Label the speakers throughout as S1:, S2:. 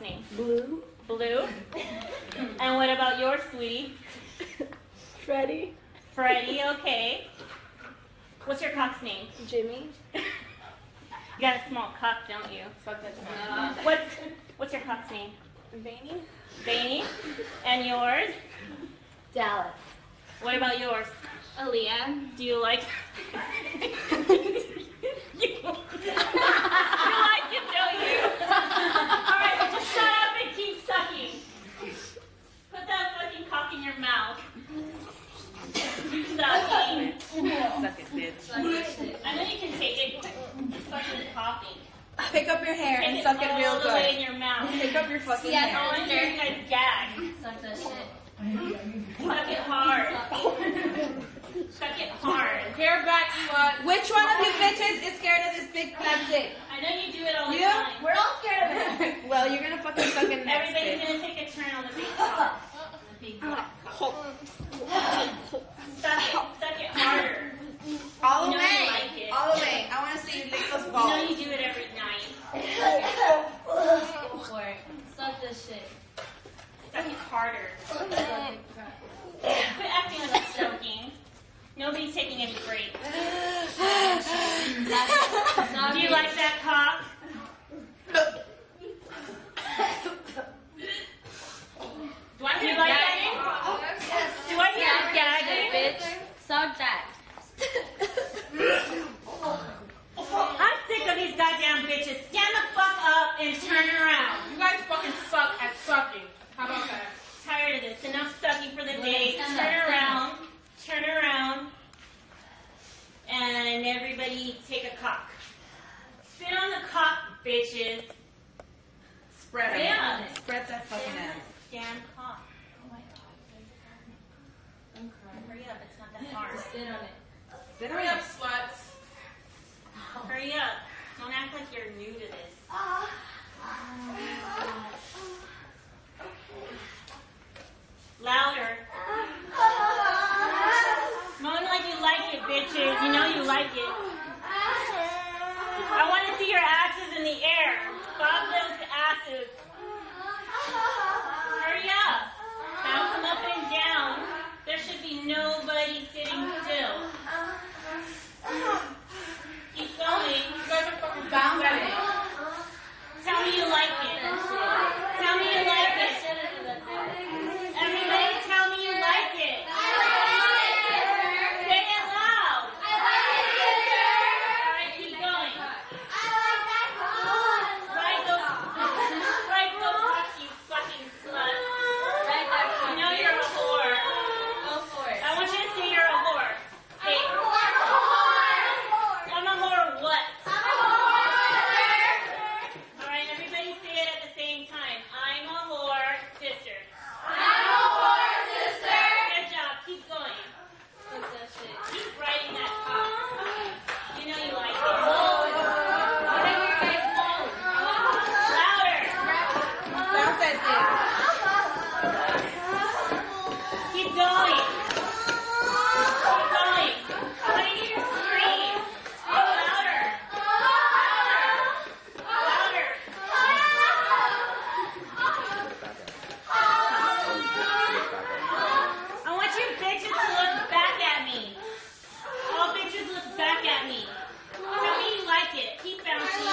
S1: name?
S2: Blue,
S1: Blue. and what about yours, sweetie?
S2: Freddie,
S1: Freddie, okay. What's your cock's name?
S2: Jimmy,
S1: You got a small cock, don't you? What's, what's your cock's name?
S2: Vaney,
S1: Zany. And yours?
S2: Dallas.
S1: What about yours?
S3: Aaliyah.
S1: Do you like? you like it, don't you? All right, well, just shut up and keep sucking. Put that fucking cock in your mouth. Keep sucking,
S4: Suck it, bitch.
S1: and then you can take it. Fucking coughing.
S4: Pick up your hair
S1: Take
S4: and suck it
S1: all
S4: real
S1: the way
S4: good.
S1: in your mouth.
S4: Pick up your fucking
S3: See, I
S4: hair.
S1: All in your head gag.
S3: Suck that shit.
S1: Suck it hard. Suck it hard.
S4: Hair back, slut. Which one of you bitches is scared of this big fat dick?
S1: I know you do it all the
S4: You?
S1: time.
S4: We're all scared of it. well, you're gonna fucking suck it next,
S1: Everybody's
S4: bitch.
S1: gonna take a turn on the big cock. Suck it. Suck it harder.
S4: All
S1: No, you
S4: the way.
S1: like it.
S4: All the way. I wanna see you lick those
S1: You know
S4: balls.
S1: you do it every night.
S3: Go for it. Suck this shit.
S1: Suck it harder. Quit acting like it's joking. Nobody's taking any breaks.
S3: Suck
S1: Do you
S3: it.
S1: like that cock? Do I hear like
S4: Oh,
S1: gagging? Do I hear
S3: Suck that
S1: gagging?
S3: shit, bitch. Suck that.
S1: I'm sick of these goddamn bitches. Stand the fuck up and turn around.
S5: You guys fucking suck at sucking. How about that?
S1: Tired of this. Enough sucking for the day.
S3: Stand
S1: Turn
S3: up, stand
S1: around. Turn around. And everybody take a cock. Sit on the cock, bitches.
S4: Spread it.
S1: Yeah.
S4: Spread that fucking ass.
S1: Scan cock. Oh my god. Hurry up, it's not that hard.
S3: Sit on it.
S4: Sit
S5: Hurry
S4: down.
S5: up, sluts.
S1: Hurry up. Don't act like you're new to this. Louder. Moan like you like it, bitches. You know you like it. I want to see your asses in the air. Bob those asses. Hurry up. Bounce them up and down. There should be nobody sitting still. Keep going.
S5: You guys are fucking bound at it.
S1: Tell me you like it. Tell me you like it. Everybody tell me you like it. Say it loud. Alright, keep going. Right those right those fucks, you fucking slut. You know you're a whore. I want you to say you're a whore. Say I'm a whore what? Alright, everybody say it at the same time. I'm a whore sister. Good job, keep going. Keep writing that cock. You know you like it. Whatever you guys want. Louder.
S4: Bounce that
S1: Keep going. Keep going. Why do you scream? Louder. Louder. Louder. I want you bitches to look back at me. All bitches look back at me. Tell me you like it. Keep bouncing.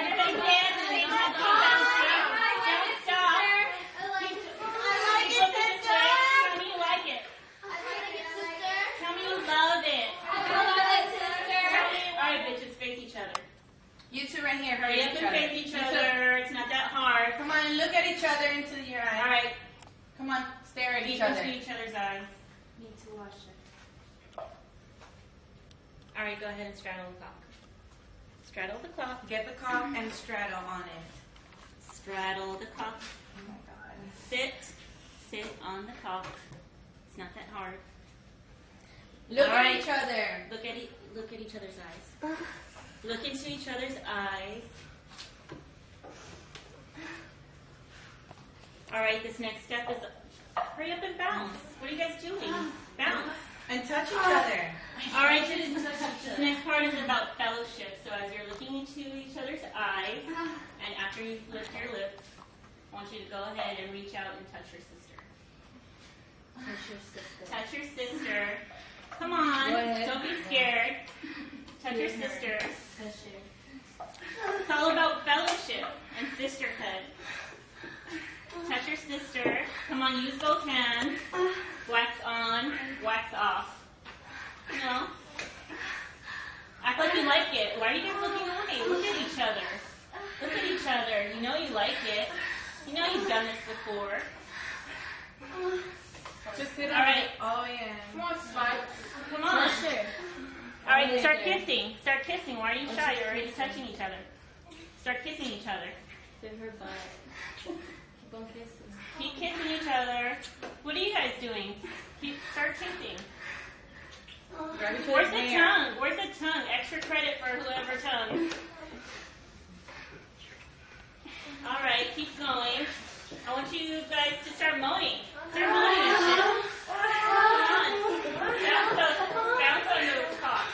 S1: Everybody dance and they keep bouncing. Don't stop. Keep looking this way. Tell me you like it. Tell me you love it. All right, bitches, face each other.
S4: dick. You two right here.
S1: Hurry
S4: Hurry
S1: up and
S4: up
S1: face each other. It's not that hard.
S4: Come on, look at each other into your
S1: All
S4: eyes.
S1: right,
S4: Come on, stare at
S1: look
S4: each
S1: into
S4: other.
S1: each other's eyes. All right, go ahead and straddle the clock. Straddle the clock.
S4: Get the cock and straddle on it.
S1: Straddle the clock.
S4: Oh my god.
S1: Sit. Sit on the clock. It's not that hard.
S4: Look
S1: All
S4: at
S1: right.
S4: each other.
S1: Look at e- look at each other's eyes. Look into each other's eyes. All right, this next step is hurry up and bounce. What are you guys doing? Bounce.
S4: And touch each other.
S1: All right, this, this next part is about fellowship. So as you're looking into each other's eyes, and after you lift your lips, I want you to go ahead and reach out and touch your sister. Touch your sister. Come on,
S3: Go ahead.
S1: don't be scared. Touch your sister. It's all about fellowship and sisterhood. Touch your sister. Come on, use both hands. Wax on, wax off. You know? Act like you like it. Why are you guys looking away? Look at each other. Look at each other. You know you like it. You know you've done this before.
S5: Just sit
S1: All
S5: up.
S1: right,
S4: Oh yeah.
S5: Come on, Spike.
S1: come on. All
S4: Oh,
S1: right, start kissing. Start kissing. Why are you shy? You're already touching each other. Start kissing each other.
S3: her butt. Keep on kissing.
S1: Keep kissing each other. What are you guys doing? Keep start kissing.
S4: Grab each
S1: Where's
S4: other's
S1: the
S4: hair.
S1: tongue? Where's the tongue? Extra credit for whoever tongue. All right, keep going. I want you guys to start mowing. Start mowing. and
S4: Uh-huh.
S1: shit. Come on. Bounce on, bounce on the top.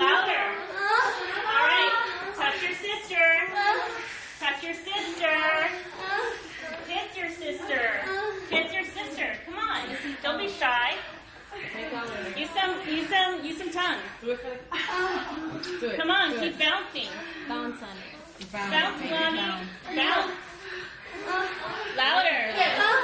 S1: Louder. All right. Touch your sister. Touch your sister. Kiss your sister. Kiss your sister. Come on. Don't be shy. Use some, use some, use some tongue.
S4: Do it for the. Do it.
S1: Come on, keep bouncing.
S3: Bounce on it.
S1: Bounce, mommy. Bounce. Louder.